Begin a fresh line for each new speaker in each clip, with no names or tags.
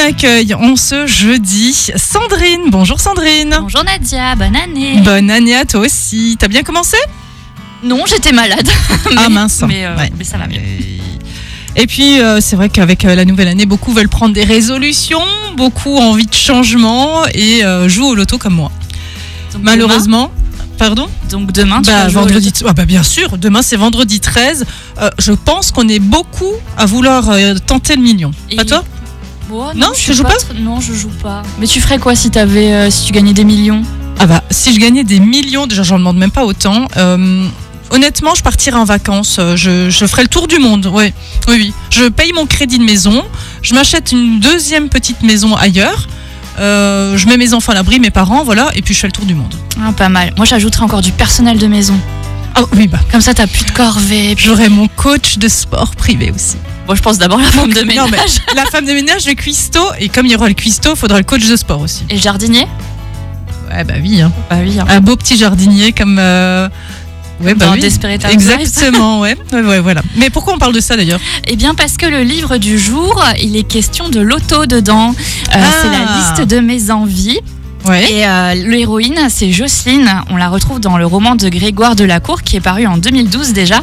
accueille en ce jeudi Sandrine. Bonjour Sandrine.
Bonjour Nadia, bonne année.
Bonne année à toi aussi. T'as bien commencé
Non, j'étais malade.
Ah mince.
mais, euh,
Ouais.
mais ça va bien.
Et puis, euh, c'est vrai qu'avec euh, la nouvelle année, beaucoup veulent prendre des résolutions, beaucoup ont envie de changement et euh, jouent au loto comme moi.
Donc
Malheureusement. Pardon
demain- donc demain, tu
Bah,
vas jouer au
vendredi.
loto.
Ah bah, bien sûr, demain c'est vendredi 13. Euh, je pense qu'on est beaucoup à vouloir euh, tenter le million.
Et-
Pas toi
Oh,
Non,
je
tu
suis
joues pas
tr- Non, je joue pas. Mais tu ferais quoi si t'avais, euh, si tu gagnais des millions
Ah bah, si je gagnais des millions, déjà j'en demande même pas autant. euh, honnêtement, je partirais en vacances. euh, Je, je ferais le tour du monde. Ouais. Oui, oui. Je paye mon crédit de maison. Je m'achète une deuxième petite maison ailleurs. euh, je mets mes enfants à l'abri, mes parents, voilà, et puis je fais le tour du monde.
Ah, Pas mal. Moi, j'ajouterais encore du personnel de maison.
Ah oui, bah,
Comme ça, t'as plus de corvée. Puis...
j'aurais mon coach de sport privé aussi.
Bon, je pense d'abord à la femme de
Non,
ménage.
mais la femme de ménage, le cuistot, et comme il y aura le cuistot, faudra le coach de sport aussi.
Et le jardinier
Ouais, bah oui, hein.
Bah oui. hein.
un beau petit jardinier comme. euh, Ouais, bah
Dans
oui.
Desperate Housewives.
Exactement, ouais. Ouais, ouais, voilà. Mais pourquoi on parle de ça d'ailleurs
Eh bien, parce que le livre du jour, il est question de l'auto dedans. Euh,
Ah.
C'est la liste de mes envies.
Ouais.
Et euh, l'héroïne, c'est Jocelyne. On la retrouve dans le roman de Grégoire Delacour qui est paru en 2012 déjà.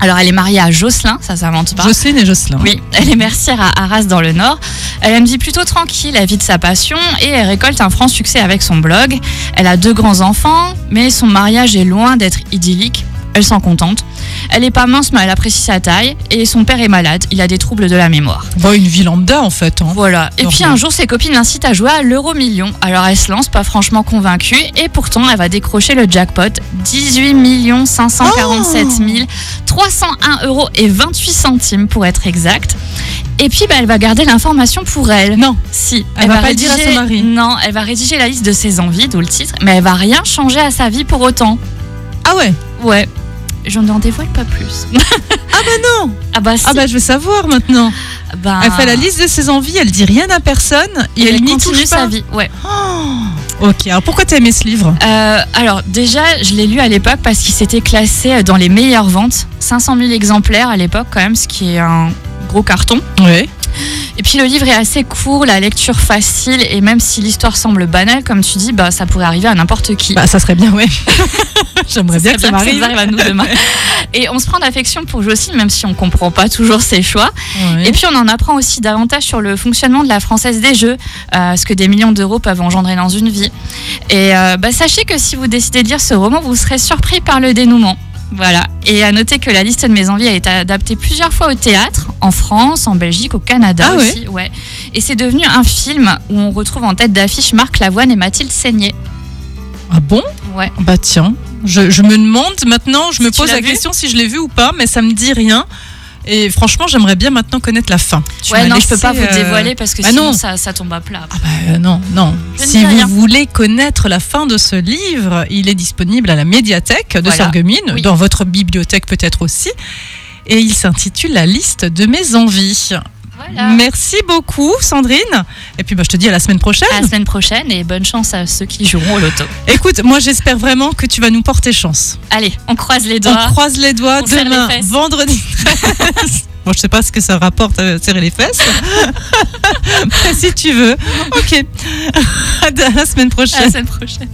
Alors, elle est mariée à Jocelyn, ça s'invente pas.
Jocelyne et Jocelyn.
Oui, elle est mercière à Arras dans le Nord. Elle a une vie plutôt tranquille, la vie de sa passion, et elle récolte un franc succès avec son blog. Elle a deux grands-enfants, mais son mariage est loin d'être idyllique. Elle s'en contente. Elle est pas mince, mais elle apprécie sa taille, et son père est malade, il a des troubles de la mémoire.
Bon, une vie lambda en fait. hein.
Voilà. Et puis
Normal.
un jour, ses copines l'incitent à jouer à l'euro million. Alors elle se lance, pas franchement convaincue, et pourtant elle va décrocher le jackpot 18 547 301 euros et 28 centimes pour être exact. Et puis bah, elle va garder l'information pour elle.
Non.
Si,
Elle va pas le dire à
rédiger-
son mari.
Non, elle va rédiger la liste de ses envies, d'où le titre, mais elle va rien changer à sa vie pour autant.
Ah ouais
Ouais. Je n'en dévoile pas plus.
Ah bah non
Ah bah si.
Ah bah je veux savoir maintenant.
bah,
Elle fait la liste de ses envies, elle dit rien à personne et elle, n'y
continue
touche pas.
sa vie. Ouais.
Oh. ok, alors pourquoi t'as aimé ce livre
Euh, alors déjà, je l'ai lu à l'époque parce qu'il s'était classé dans les meilleures ventes, 500 000 exemplaires à l'époque quand même, ce qui est un gros carton.
Ouais.
Et puis le livre est assez court, la lecture facile, et même si l'histoire semble banale, comme tu dis, bah ça pourrait arriver à n'importe qui.
Bah ça serait bien, ouais. J'aimerais bien
C'est
que ça
bien
m'arrive.
nous arrive à nous demain. Et on se prend d'affection pour Jocelyne, même si on comprend pas toujours ses choix.
Ouais.
Et puis on en apprend aussi davantage sur le fonctionnement de la française des jeux, euh, ce que des millions d'euros peuvent engendrer dans une vie. Et euh, bah, sachez que si vous décidez de lire ce roman, vous serez surpris par le dénouement. Voilà. Et à noter que la liste de mes envies a été adaptée plusieurs fois au théâtre, en France, en Belgique, au Canada
Ah ouais
aussi. Ouais. Et c'est devenu un film où on retrouve en tête d'affiche Marc Lavoine et Mathilde Seigné.
Ah bon
Ouais.
Bah tiens, je, je me demande maintenant, je me
Si tu
pose
l'as
la
vu
question si je l'ai vu ou pas, mais ça me dit rien. Et franchement, j'aimerais bien maintenant connaître la fin. Tu
ouais,
m'as
non, je
laissé,
peux pas vous
euh,
dévoiler parce que
bah
sinon
non.
ça, ça tombe à plat.
Ah bah euh, non, non.
Je ne
Si
dis
vous
rien.
voulez connaître la fin de ce livre, il est disponible à la médiathèque de
Voilà.
Sarreguemines,
Oui.
dans votre bibliothèque peut-être aussi. Et il s'intitule La liste de mes envies.
Voilà.
Merci beaucoup, Sandrine. Et puis bah, je te dis à la semaine prochaine.
À la semaine prochaine et bonne chance à ceux qui joueront au loto.
Écoute, moi j'espère vraiment que tu vas nous porter chance.
Allez, on croise les doigts.
On croise les doigts
On serre les
demain,
fesses.
vendredi 13. Bon, je sais pas ce que ça rapporte à serrer les fesses. si tu veux. Ok. À la semaine prochaine.
À la semaine prochaine.